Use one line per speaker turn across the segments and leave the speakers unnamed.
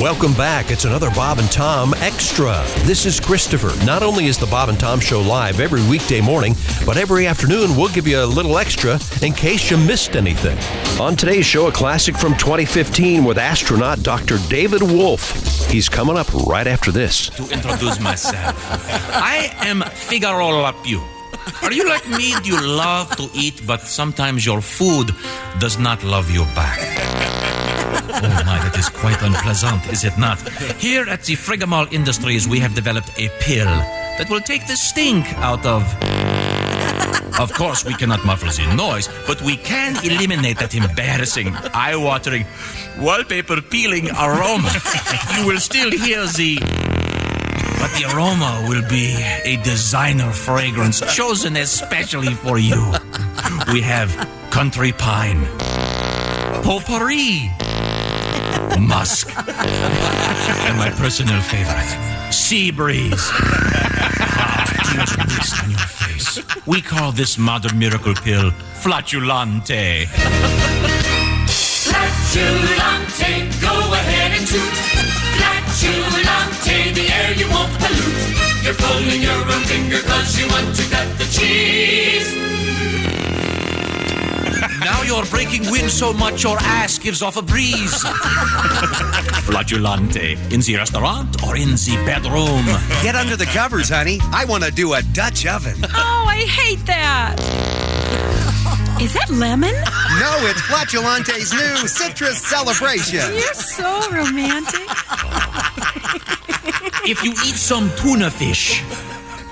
Welcome back. It's another Bob and Tom Extra. This is Christopher. Not only is the Bob and Tom Show live every weekday morning, but every afternoon we'll give you a little extra in case you missed anything. On today's show, a classic from 2015 with astronaut Dr. David Wolf. He's coming up right after this.
to introduce myself. I am Figaro Lapiu. Are you like me? Do you love to eat, but sometimes your food does not love you back? Oh my, that is quite unpleasant, is it not? Here at the Frigamall Industries, we have developed a pill that will take the stink out of. Of course, we cannot muffle the noise, but we can eliminate that embarrassing, eye watering, wallpaper peeling aroma. You will still hear the. But the aroma will be a designer fragrance chosen especially for you. We have country pine, potpourri, musk, and my personal favorite, sea breeze. Ah, tears mixed on your face. We call this modern miracle pill flatulante.
Flatulante, go ahead and toot. Flatulante, the air you won't pollute. You're pulling your own finger cause you want to cut the cheese.
Now you're breaking wind so much your ass gives off a breeze. Flatulante. In the restaurant or in the bedroom?
Get under the covers, honey. I want to do a Dutch oven.
Oh, I hate that. Is that lemon?
No, it's Flatulante's new citrus celebration.
You're so romantic.
If you eat some tuna fish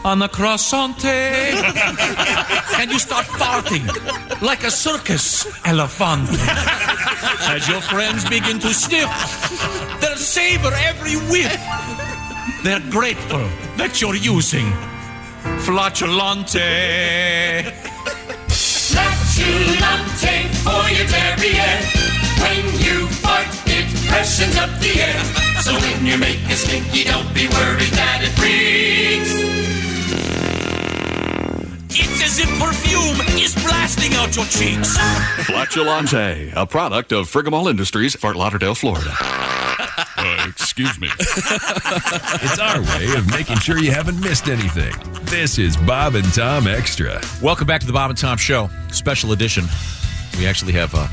on a croissant and you start farting like a circus elephant, as your friends begin to sniff, they'll savor every whiff. They're grateful that you're using flatulante.
Flatulante for your derriere. When you fart, it freshens up the air. So when you make a stinky, don't be worried that it reeks.
It's as if perfume is blasting out your cheeks.
Flatulante, a product of Frigamall Industries, Fort Lauderdale, Florida. Uh, excuse me.
It's our way of making sure you haven't missed anything. This is Bob and Tom Extra.
Welcome back to the Bob and Tom Show, special edition. We actually have uh,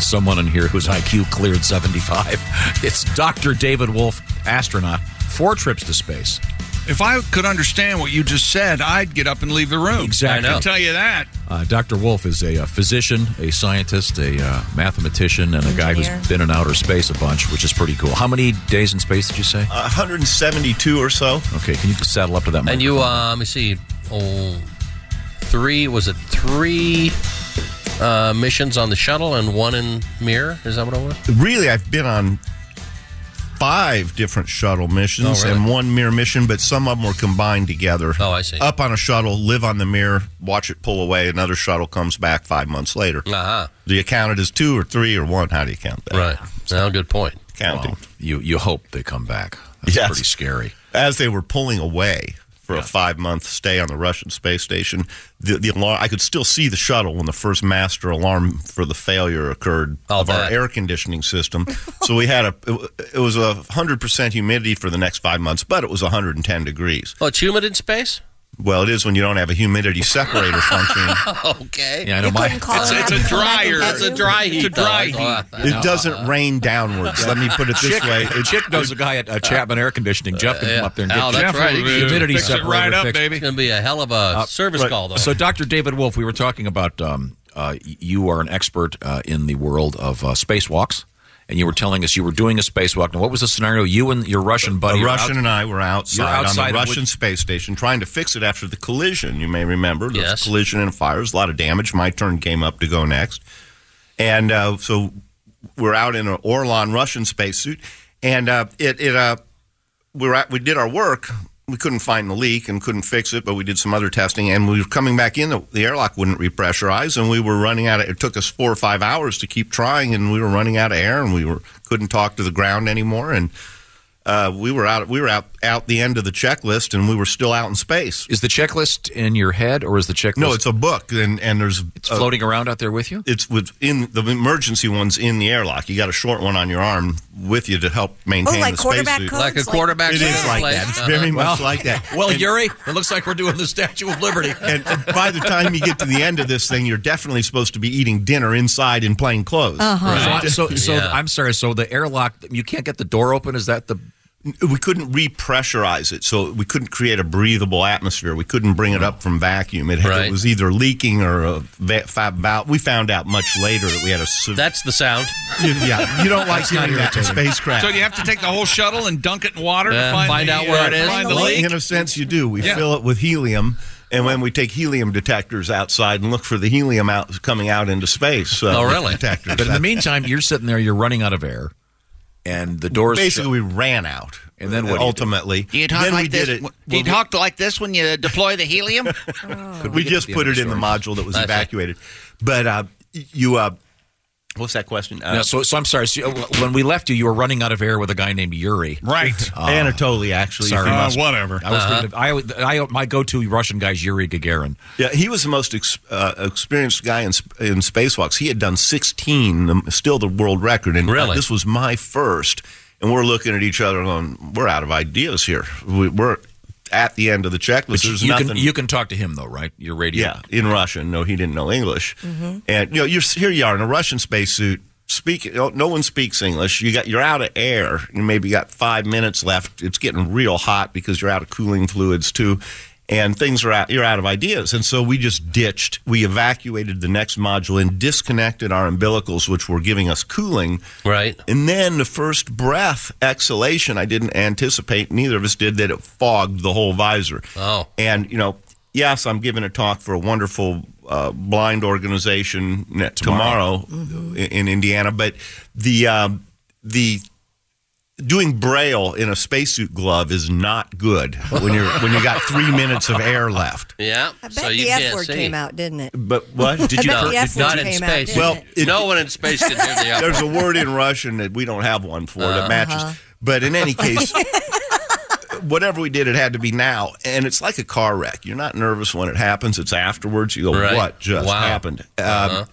someone in here whose IQ cleared 75. It's Dr. David Wolf, astronaut, four trips to space.
If I could understand what you just said, I'd get up and leave the room.
Exactly.
I can tell you that.
Uh, Dr. Wolf is a, uh physician, a scientist, a uh, mathematician, and a guy who's been in outer space a bunch, which is pretty cool. How many days in space did you say?
Uh, 172 or so.
okay, can you just saddle up to that?
And you, um, let me see, oh, three was it three uh, missions on the shuttle and one in Mir? Is that what it was?
Really, I've been on five different shuttle missions
Oh, really?
and one mirror mission, but some of them were combined together.
Oh, I see.
Up on a shuttle, live on the mirror, watch it pull away. Another shuttle comes back five months later.
Uh-huh.
Do you count it as two or three or one? How do you count that?
Right. Well, good point.
Counting.
you you hope they come back. That's
Yes.
pretty scary.
As they were pulling away for a five month stay on the Russian space station, the, the alarm, I could still see the shuttle when the first master alarm for the failure occurred
I'll
of our
bet.
air conditioning system. so we had a, it, wa- it was a 100% humidity for the next five months, but it was 110 degrees.
Oh, it's humid in space.
Well, it is when you don't have a humidity separator functioning.
Okay.
Yeah, I know my
It's, it's a dryer.
Oh, That's a dry heat.
It's a dry
though.
heat.
It doesn't rain downwards. Let me put it this way. It-
Chick knows a guy at uh, Chapman Air Conditioning. Jeff can come
yeah.
up there and
Oh,
get you.
that's right.
Humidity
Fix it
separator
right up,
fixed.
baby.
It's going to be a hell of a
Uh,
service call, though.
So, Dr. David Wolf, we were talking about um, uh, y- you are an expert uh, in the world of uh, spacewalks, and you were telling us you were doing a spacewalk. Now, what was the scenario? You and your Russian buddy,
The
were
Russian
out-
and I were outside,
outside
on
of
the
what-
Russian space station trying to fix it after the collision. You may remember there was
Yes.
a collision and fires, a lot of damage. My turn came up to go next, and uh, so we're out in an Orlon Russian spacesuit, and uh, it it uh, we were at, we did our work. We couldn't find the leak and couldn't fix it, but we did some other testing, and we were coming back in. The, the airlock wouldn't repressurize, and we were running out. Of, it took us four or five hours to keep trying, and we were running out of air, and we were couldn't talk to the ground anymore, and. Uh, we were out. We were out out the end of the checklist, and we were still out in space.
Is the checklist in your head, or is the checklist?
No, it's a book, and and there's
it's floating around out there with you.
It's within the emergency ones in the airlock. You got a short one on your arm with you to help maintain
Oh, like
the
quarterback
spacesuit.
codes? Like a quarterback
It
codes?
is like
Like-
that. It's very
Uh-huh.
much
Well-
like that.
Well,
And-
Yuri, it looks like we're doing the Statue of Liberty.
and, and by the time you get to the end of this thing, you're definitely supposed to be eating dinner inside in plain clothes.
Uh-huh.
So I- So, so I'm sorry. So the airlock, you can't get the door open. Is that the
we couldn't repressurize it, so we couldn't create a breathable atmosphere. We couldn't bring it up from vacuum. It,
Right.
it was either leaking or a va- fab valve. We found out much later that we had a. se-
That's the sound.
yeah, you don't like hearing that in spacecraft.
So you have to take the whole shuttle and dunk it in water
Yeah,
to find,
find
the,
out where
uh,
it is.
Find the
Well,
leak.
In a sense, you do. We
Yeah.
fill it with helium, and when we take helium detectors outside and look for the helium out coming out into space. uh,
oh,
with
really?
Detectors.
But in the meantime, you're sitting there. You're running out of air, and the doors.
Basically, we ran out.
And then what? do you do?
ultimately,
Do you talk
then
like
we
this?
did it.
Do you talk like this when you deploy the helium?
we just put it in the module that was
That's it.
evacuated. But uh, you, uh, what's that question? Uh,
Now, so, so I'm sorry. So, uh, when we left you, you were running out of air with a guy named Yuri.
Right.
Uh,
Anatoly, actually. if
Sorry,
you must-
I was thinking of- I always- I, my go-to Russian guy is Yuri Gagarin.
Yeah, he was the most ex- uh, experienced guy in, sp- in spacewalks. He had done 16, um, still the world record. And uh,
Really?
this was my first. And we're looking at each other going, we're out of ideas here. We, we're at the end of the checklist.
But you,
There's
you
nothing.
can you can talk to him though, right? Your radio.
yeah, Mm-hmm. in Russian. No, he didn't know English. And you know, you're here. You are in a Russian spacesuit. Speak. No, no one speaks English. You got. You're out of air. You maybe got five minutes left. It's getting real hot because you're out of cooling fluids too, and things are out. You're out of ideas. And so we just ditched. We evacuated the next module and disconnected our umbilicals, which were giving us cooling.
Right.
And then the first breath exhalation, I didn't anticipate. Neither of us did that. It fogged the whole visor. Oh. And you know, yes, I'm giving a talk for a wonderful uh, blind organization ne- tomorrow, in, in Indiana. But the um, the doing braille in a spacesuit glove is not good when you're when you got three minutes of air left.
Yeah.
I bet
so you
the F
can't
word
see.
came out, didn't it?
But what
I bet the F word
not in
came out,
space.
didn't
Well,
it?
it-
no one in space did hear the F
There's a
word.
word in Russian that we don't have one for
Uh-huh.
that matches. But in any case, whatever we did, it had to be now. And it's like a car wreck. You're not nervous when it happens. It's afterwards. You go,
Right.
what just
Wow.
happened? Um,
Uh-huh.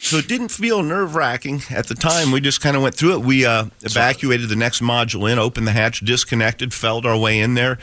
So it didn't feel nerve wracking at the time. We just kind of went through it. We uh, evacuated the next module in, opened the hatch, disconnected, felled our way in there.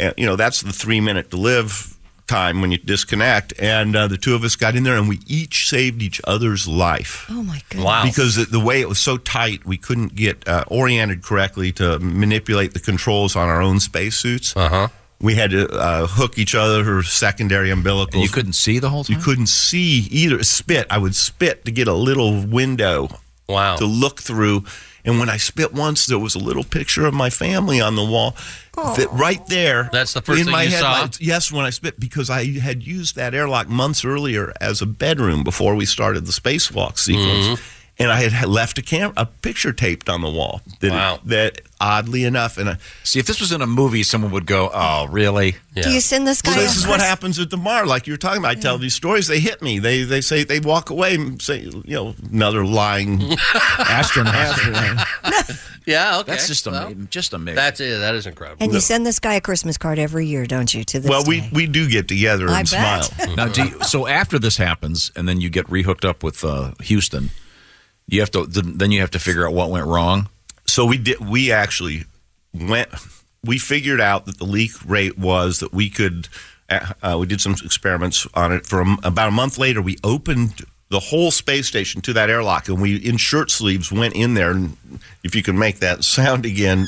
And, you know, that's the three minute to live time when you disconnect. And uh, the two of us got in there and we each saved each other's life.
Oh my goodness.
Because the, the way it was so tight, we couldn't get uh, oriented correctly to manipulate the controls on our own spacesuits. Uh huh. We had to uh, hook each other her secondary umbilicals.
Uh-huh. And you couldn't see the whole time.
You couldn't see either. Spit. I would spit to get a little window.
Wow.
To look through. And when I spit once, there was a little picture of my family on the wall.
Oh.
That right there.
That's the first
in
thing
my
you
head,
saw?
like, yes, when I spit, because I had used that airlock months earlier as a bedroom before we started the spacewalk sequence.
Mhm.
And I had- had left a cam- a picture taped on the wall. That,
Wow.
That oddly enough, and I,
see if this was in a movie, someone would go, "Oh, really?"
Do you send this guy?
well, this
a
is what
pers-
happens at the Mar. Like you're talking about, I tell these stories. They hit me. They they say they walk away and say, you know, another lying
astronaut.
Yeah, okay.
That's just
Well,
amazing. Just amazing.
That's it. That is incredible.
And you send this guy a Christmas card every year, don't you? To this
Well, we
day?
we do get together and
I bet.
smile.
now, do you, so after this happens, and then you get rehooked up with uh, Houston. You have to then you have to figure out what went wrong.
So we did. We actually went. We figured out that the leak rate was that we could. uh, Uh, we did some experiments on it. For a m about a month later, we opened the whole space station to that airlock, and we in shirt sleeves went in there. And if you can make that sound again.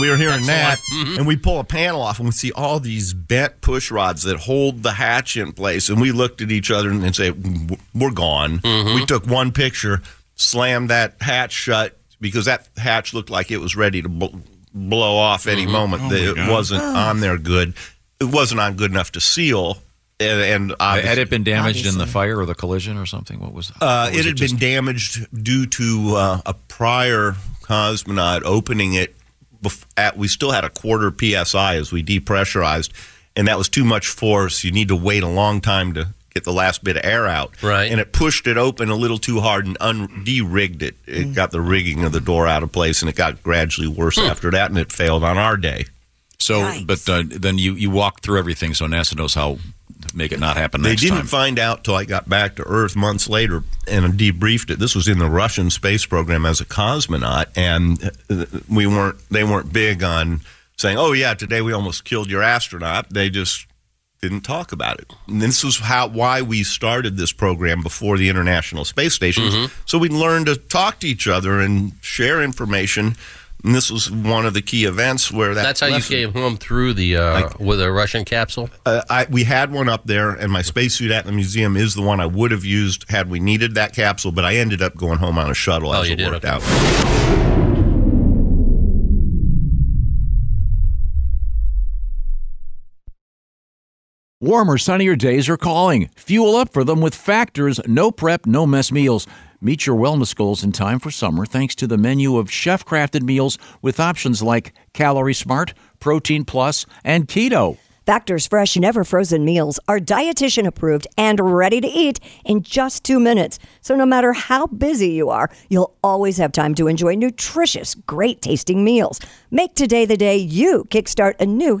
we were hearing that,
Mm-hmm.
and we pull a panel off, and we see all these bent push rods that hold the hatch in place. And we looked at each other and, and say, "W- "We're gone."
Mm-hmm.
We took one picture, slammed that hatch shut because that hatch looked like it was ready to bl- blow off any moment.
Oh,
That
my
it
God.
wasn't
Oh.
on there good. It wasn't on good enough to seal. and, and
Had
obviously-
it been damaged in the fire or the collision or something? What was
Uh,
or
it
was
had
just-
been damaged due to uh, a prior cosmonaut opening it. Bef- at, we still had a quarter psi as we depressurized, and that was too much force. You need to wait a long time to get the last bit of air out. Right, and it pushed it open a little too hard and un- de-rigged it. It got the rigging of the door out of place, and it got gradually worse after that, and it failed on our day.
So, but uh, then you you walked through everything, so NASA knows how to make it not happen
They
next
didn't
time.
find out till I got back to Earth months later and debriefed it. This was in the Russian space program as a cosmonaut, and uh, we weren't. They weren't big on saying, "Oh yeah, today we almost killed your astronaut." They just didn't talk about it. And this was how why we started this program before the International Space Station,
Mm-hmm.
so we learned to talk to each other and share information. And this was one of the key events where that
That's how you
lesson-
came home through the uh, with a Russian capsule.
uh, I, we had one up there, and my spacesuit at the museum is the one I would have used had we needed that capsule. But I ended up going home on a shuttle as it worked out.
Warmer, sunnier days are calling. Fuel up for them with Factor's no prep, no mess meals. Meet your wellness goals in time for summer thanks to the menu of chef crafted meals with options like Calorie Smart, Protein Plus, and Keto.
Factor's fresh, never frozen meals are dietitian approved and ready to eat in just two minutes. So, no matter how busy you are, you'll always have time to enjoy nutritious, great tasting meals. Make today the day you kickstart a new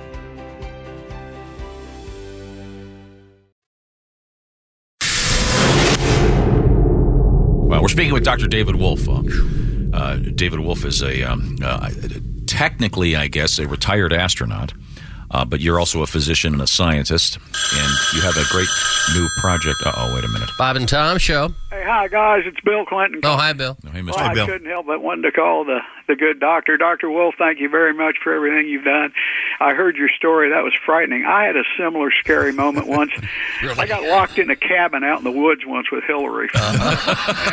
Well, we're speaking with Dr. David Wolf. Uh, uh, David Wolf is a um, uh, technically, I guess, a retired astronaut, uh, but you're also a physician and a scientist, and you have a great new project. Uh oh, wait a minute.
Bob and Tom show.
Hey, hi guys, it's Bill Clinton.
Oh, hi, Bill.
hey,
Well, I couldn't help but wanting to call the the good doctor, Doctor Wolf. Thank you very much for everything you've done. I heard your story; that was frightening. I had a similar scary moment once. I got locked in a cabin out in the woods once with Hillary.
Uh-huh.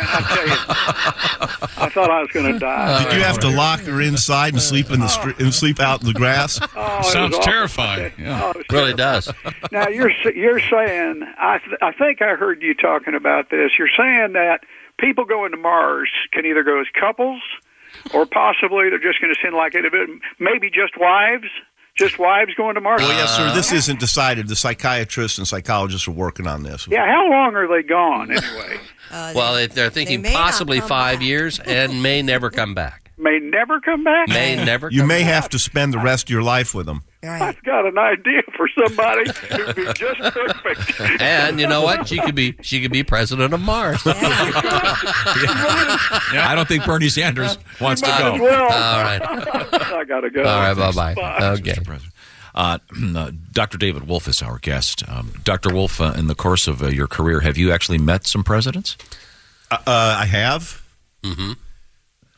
And I tell you, I thought I was going to die.
Uh,
Did you have to lock her inside and sleep in the str- and sleep out in the grass?
Oh, it was Sounds awful. terrifying. Yeah. Oh, it was
really does.
now you're s- you're saying I th- I think I heard you talking about this. You're saying that people going to Mars can either go as couples, or possibly they're just going to send like individ- maybe just wives, just wives going to Mars.
Well, yes, sir. This isn't decided. The psychiatrists and psychologists are working on this.
yeah. How long are they gone anyway?
Uh,
well, if they're thinking
may not
possibly
come
five years and may never come back.
may never come back.
May never.
You
come
may
back.
have to spend the rest of your life with them.
I've got an idea for somebody who'd be just perfect.
And you know what? She could be. She could be president of Mars.
I don't think Bernie Sanders wants to
might
go.
as well.
All right.
I gotta go.
All right, bye-bye.
Bye.
Okay. Uh, uh, Dr. David Wolf is our guest. Um, Dr. Wolf, uh, in the course of uh, your career, have you actually met some presidents?
Uh, uh, I have.
Mm-hmm.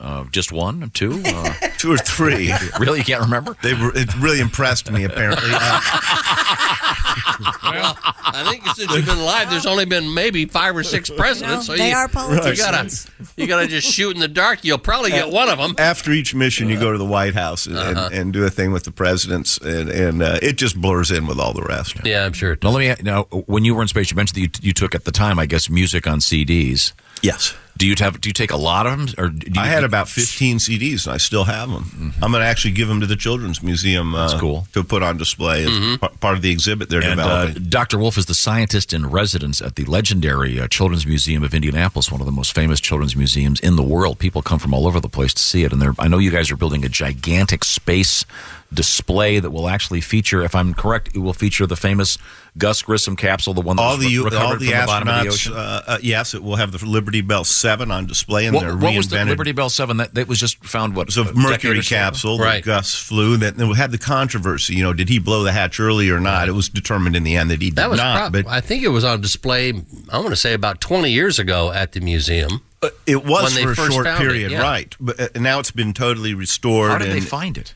Uh, just one, two, uh,
two or three.
really, you can't remember?
They were, it really impressed me. Apparently, Uh,
well, I think since you've been alive, there's only been maybe five or six presidents.
No,
so
they
you,
are
You gotta,
politicians.
you gotta just shoot in the dark. You'll probably get one of them.
After each mission, you go to the White House and, and, and do a thing with the presidents, and, and uh, it just blurs in with all the rest.
Yeah, I'm sure.
Now let me. Now, when you were in space, you mentioned that you, you took at the time, I guess, music on CDs.
Yes.
Do you have? Do you take a lot of them, or do you
I had about 15 CDs, and I still have them. I'm going to actually give them to the Children's Museum uh,
That's cool. Mm-hmm.
to put on display as par- part of the exhibit they're
And, uh,
developing.
Dr. Wolf is the scientist in residence at the legendary uh, Children's Museum of Indianapolis, one of the most famous children's museums in the world. People come from all over the place to see it, and they're, I know you guys are building a gigantic space display that will actually feature, if I'm correct, it will feature the famous Gus Grissom capsule, the one that
all
was
the,
re- recovered
all the
from the bottom of the
astronauts,
ocean.
uh, uh, yes, it will have the Liberty Bell 7 on display, and
What,
they're
what
reinvented.
was the Liberty Bell Seven that, that was just found? What
It was a
a decade
Mercury
or so ago?
capsule that Gus flew. That and we had the controversy. You know, did he blow the hatch early or not? It was determined in the end that he did
That was
not.
prob-
But
I think it was on display. I want to say about 20 years ago at the museum.
it was
when they
for a
first
short
found it,
period,
yeah.
right? But uh, now it's been totally restored.
How did they
and-
find it?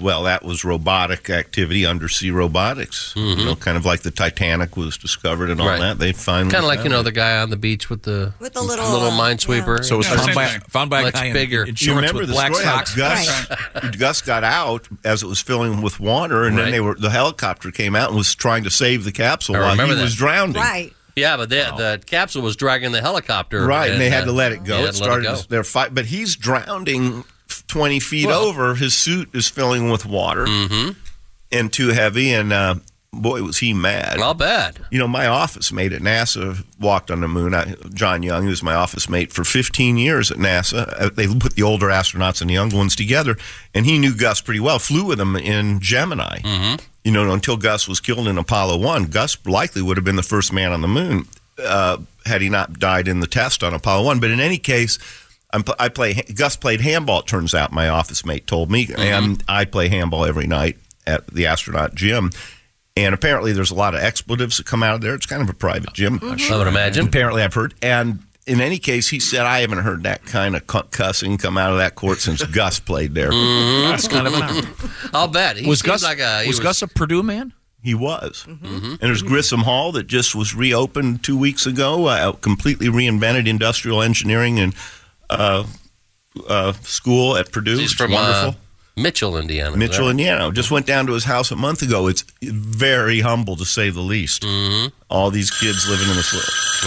Well, that was robotic activity, undersea robotics. You know, kind of like the Titanic was discovered and all
Mm-hmm. Right.
that. They finally
Kind of like you
found
know
it.
the guy on the beach with the with the little uh, minesweeper.
So it was Yeah, found same by- thing. found by a
much
guy in-
bigger.
in
You remember the story how Gus, Gus got out as it was filling with water, and
Right.
then they were the helicopter came out and was trying to save the capsule
I
while he
remember that.
was drowning.
Yeah, but that the capsule was dragging the helicopter.
Right, and they had to
uh,
let it
yeah,
go. It
let
started
go.
their fight, but he's drowning f- twenty feet
Well- Mm-hmm.
over. His suit is filling with water and too heavy. And uh, boy, was he mad!
I'll bet.
You know, my office mate at NASA walked on the moon. I, John Young, who was my office mate for fifteen years at NASA, uh, they put the older astronauts and the young ones together, and he knew Gus pretty well. Flew with him in Gemini.
Mm-hmm.
You know, until Gus was killed in Apollo 1, Gus likely would have been the first man on the moon uh, had he not died in the test on Apollo 1. But in any case, I'm, pl- I play Gus played handball. It turns out my office mate told me, and I play handball every night at the astronaut gym. And apparently, there's a lot of expletives that come out of there. It's kind of a private gym.
I would imagine.
Apparently, I've heard. And in any case, he said I haven't heard that kind of cu- cussing come out of that court since Gus played there.
That's kind of an honor.
I'll bet he
Was
seemed
Gus
like a he
was Gus a Purdue man?
He was.
Mm-hmm.
And there's Grissom Hall that just was reopened two weeks ago, uh, completely reinvented industrial engineering and uh, uh, school at Purdue.
He's
It's
from
wonderful.
uh, Mitchell, Indiana. is
Mitchell,
that-
Indiana. Just went down to his house a month ago. It's very humble, to say the least.
Mm-hmm.
All these kids living in the slum.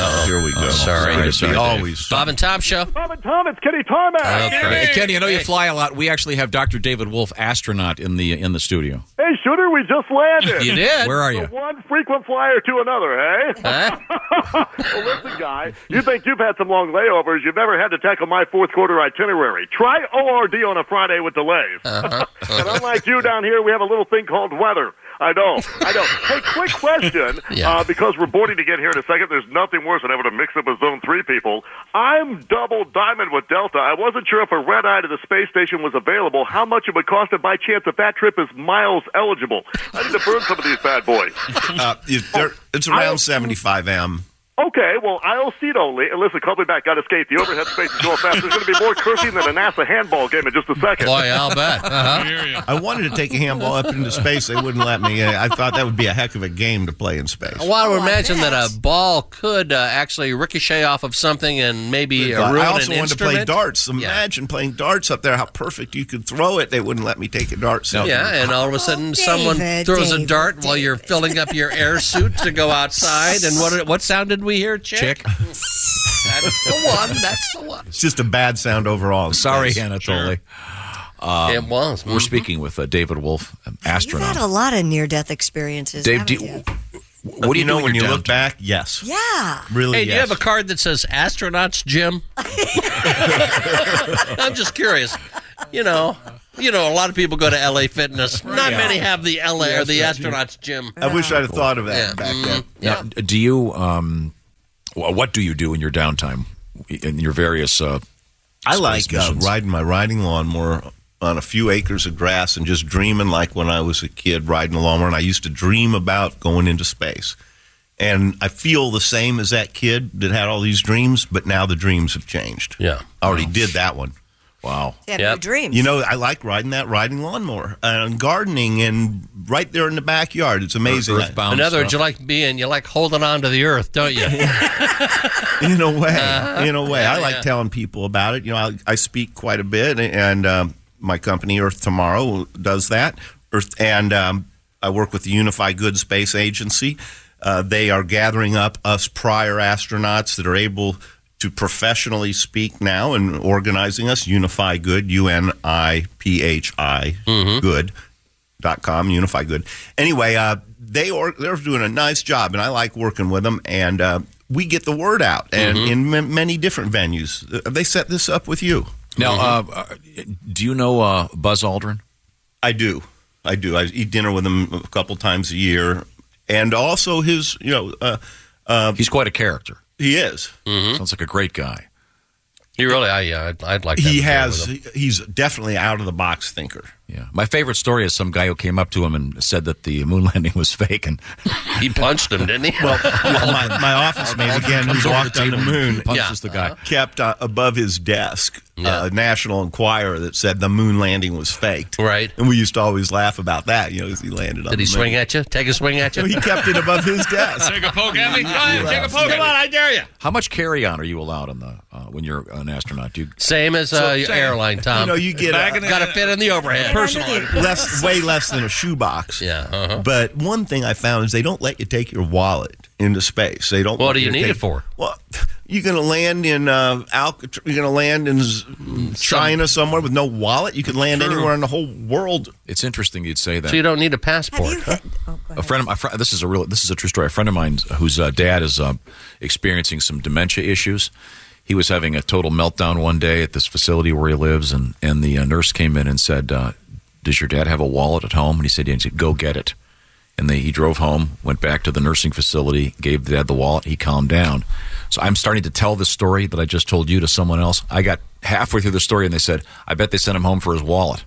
Oh, here we go.
sorry,
It'd be
sorry, Dave.
always.
Bob and Tom show.
Bob and Tom, it's Kenny Tarmac.
Hey, Kenny, I know you fly a lot. We actually have Dr. David Wolf, astronaut, in the in the studio.
Hey, shooter, we just landed.
You did? Where are you?
From one frequent flyer to another, eh? well, listen, guy, you think you've had some long layovers. You've never had to tackle my fourth quarter itinerary. Try ORD on a Friday with delays.
Uh-huh.
and unlike you down here, we have a little thing called weather. I know, I know. Hey, quick question. uh, because we're boarding to get here in a second, there's nothing worse than having to mix up a zone three people. I'm double diamond with Delta. I wasn't sure if a red eye to the space station was available, how much it would cost, and by chance, if that trip is miles eligible. I need to burn some of these bad boys.
Uh, if there- it's around 75M.
Okay, well, I'll see it only. And listen, call me back. Got to skate. The overhead space is going fast. There's going to be more cursing than a NASA handball game in just a second.
Boy, I'll bet. Uh-huh.
I wanted to take a handball up into space. They wouldn't let me. I thought that would be a heck of a game to play in space.
Well, I would imagine that a ball could uh, actually ricochet off of something and maybe uh, ruin
I also
an
wanted to play
instrument.
darts. Imagine playing darts up there. How perfect you could throw it. They wouldn't let me take a dart. So
Yeah, and all of a sudden, someone
Oh, David,
throws a
David,
dart while you're filling up your air suit to go outside. And what what sound did we hear, Chick? That's the one. That's the one.
it's just a bad sound overall.
Sorry,
Yes.
Anatoly. Um,
It was.
We're speaking with uh, David Wolf, an astronaut.
Had a lot of near death experiences.
Dave,
haven't
do you-
you?
what do you,
You know,
do
when you
you're
look back, yes.
Yeah.
Really,
Hey, do you
yes.
have a card that says astronauts, Jim? I'm just curious. You know, you know, a lot of people go to LA Fitness. Not
Yeah.
many have the LA or the
Yeah.
astronauts, Jim.
I wish I'd have thought of that
Yeah.
back then.
Now, d- do you? Um, wh- what do you do in your downtime? In your various? Uh,
I
space
like uh,
missions?
riding my riding lawnmower on a few acres of grass and just dreaming like when I was a kid riding a lawnmower. And I used to dream about going into space. And I feel the same as that kid that had all these dreams, but now the dreams have changed.
Yeah.
I already did that one.
Wow.
have Yep. new dreams.
You know, I like riding that riding lawnmower and gardening and right there in the backyard. It's amazing.
In other words, you like being, you like holding on to the earth, don't you?
in a way,
Uh-huh.
in a way, I
Yeah,
like
yeah.
telling people about it. You know, I, I speak quite a bit, and um, my company Earth Tomorrow does that. Earth, and um, I work with the Unify Good Space Agency. Uh, they are gathering up us prior astronauts that are able to professionally speak now and organizing us. Unify Good, U N I P H I
Mm-hmm.
Good dot com unify good anyway uh they are they're doing a nice job and i like working with them and uh we get the word out and
Mhm.
in m- many different venues Uh, they set this up with you
Now, uh, uh, do you know uh, Buzz Aldrin?
I do. I do. I eat dinner with him a couple times a year, and also his, you know, uh, uh,
he's quite a character.
He is.
Hmm?
Sounds like a great guy.
He really, I, yeah, I'd, I'd like. to
he
have a
has.
deal with him.
He's definitely out of the box thinker.
Yeah. My favorite story is some guy who came up to him and said that the moon landing was fake, and
he punched him, didn't he?
Well, well, my, my office mate again
Comes
who
over
walked
the
on the
table and
moon
punches Yeah. the
Uh-huh.
guy.
kept uh, above his desk uh, a National Enquirer that said the moon landing was faked.
Right,
and we used to always laugh about that. You know, as he landed on.
Did he
the moon.
swing at you? Take a swing at you?
He kept it above his desk.
Take a poke at me. Go
ahead, take a poke at me.
I dare you.
How much carry on are you allowed on the uh, when you're an astronaut, dude?
Same as uh, your airline, Tom.
You know, you get Back a- in the-
got to fit in the overhead.
less, way less than a shoebox.
Yeah. uh-huh.
But one thing I found is they don't let you take your wallet into space. They don't.
What
let
do you need
take-
it for?
Well, you're going to land in uh, Alcatraz. You're going to land in z- China somewhere with no wallet. You could land anywhere in the whole world.
It's interesting you'd say that.
So you don't need a passport.
oh,
a friend of my fr- this is a real this is a true story. A friend of mine whose uh, dad is uh, experiencing some dementia issues. He was having a total meltdown one day at this facility where he lives, and and the uh, nurse came in and said, uh, "Does your dad have a wallet at home?" And he said, "Yeah." And she said, "Go get it." And they, he drove home, went back to the nursing facility, gave the dad the wallet. He calmed down. So I'm starting to tell this story that I just told you to someone else. I got halfway through the story, and they said, "I bet they sent him home for his wallet."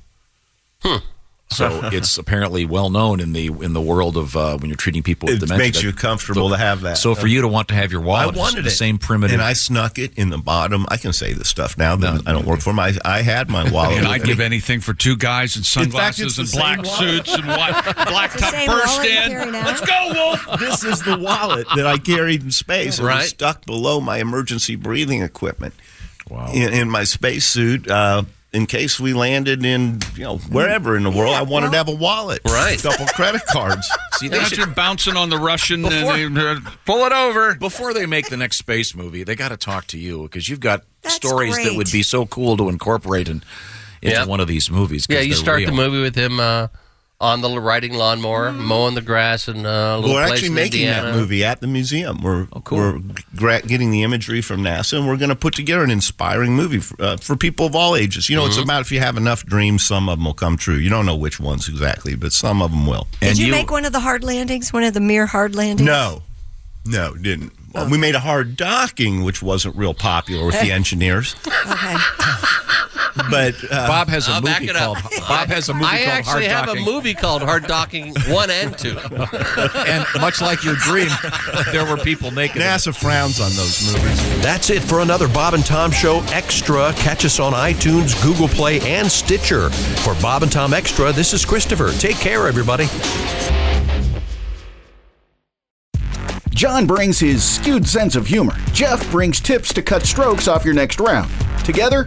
So it's apparently well known in the in the world of uh, when you're treating people with
It
dementia.
makes you comfortable to have that.
So for you to want to have your wallet,
I
it's
wanted
the
it.
same primitive.
And I snuck it in the bottom. I can say this stuff now. That I don't work for them. I, I had my wallet.
Man, I'd
with me.
give anything for two guys in
fact,
sunglasses
it's
and
the
black
same wallet.
suits and white, black
It's the
top
same
burst
wallet you
in.
carry now.
Let's go, Wolf.
this is the wallet that I carried in space. It
Right.
was stuck below my emergency breathing equipment. Wow. In, in my spacesuit, uh, in case we landed in you know wherever in the world, I wanted to have a wallet,
Right.
A couple credit cards.
See,
Now that you're bouncing on the
uh,
Russian and they-
pull it over before they make the next space movie. They got to talk to you because you've got stories that
great.
would be so cool to incorporate in, into
Yeah.
one of these movies. 'cause
Yeah, you
they're
start
real.
the movie with him uh, on the riding lawnmower, mowing the grass, and uh, a little
We're
place
actually
in
making
Indiana. Oh,
that movie at the museum. We're we're gra- getting the imagery from NASA, and we're going to put together an inspiring movie for, uh, for people of all ages. You know, it's
Mm-hmm.
Mhm.
about if you have enough dreams, some of them will come true. You don't know which ones exactly, but some of them will.
Did you, make one of the hard landings? One of the mere hard landings?
No, no, didn't. Well, We made a hard docking, which wasn't real popular with the engineers.
Okay.
But uh,
Bob has a
I'll back
movie
it up.
called Bob has a movie
I
called Hard
actually have
Docking.
a movie called Hard Docking One and Two.
and much like your dream, there were people naked.
NASA frowns on those movies.
That's it for another Bob and Tom Show Extra. Catch us on iTunes, Google Play, and Stitcher. For Bob and Tom Extra, this is Christopher. Take care, everybody.
John brings his skewed sense of humor. Jeff brings tips to cut strokes off your next round. Together,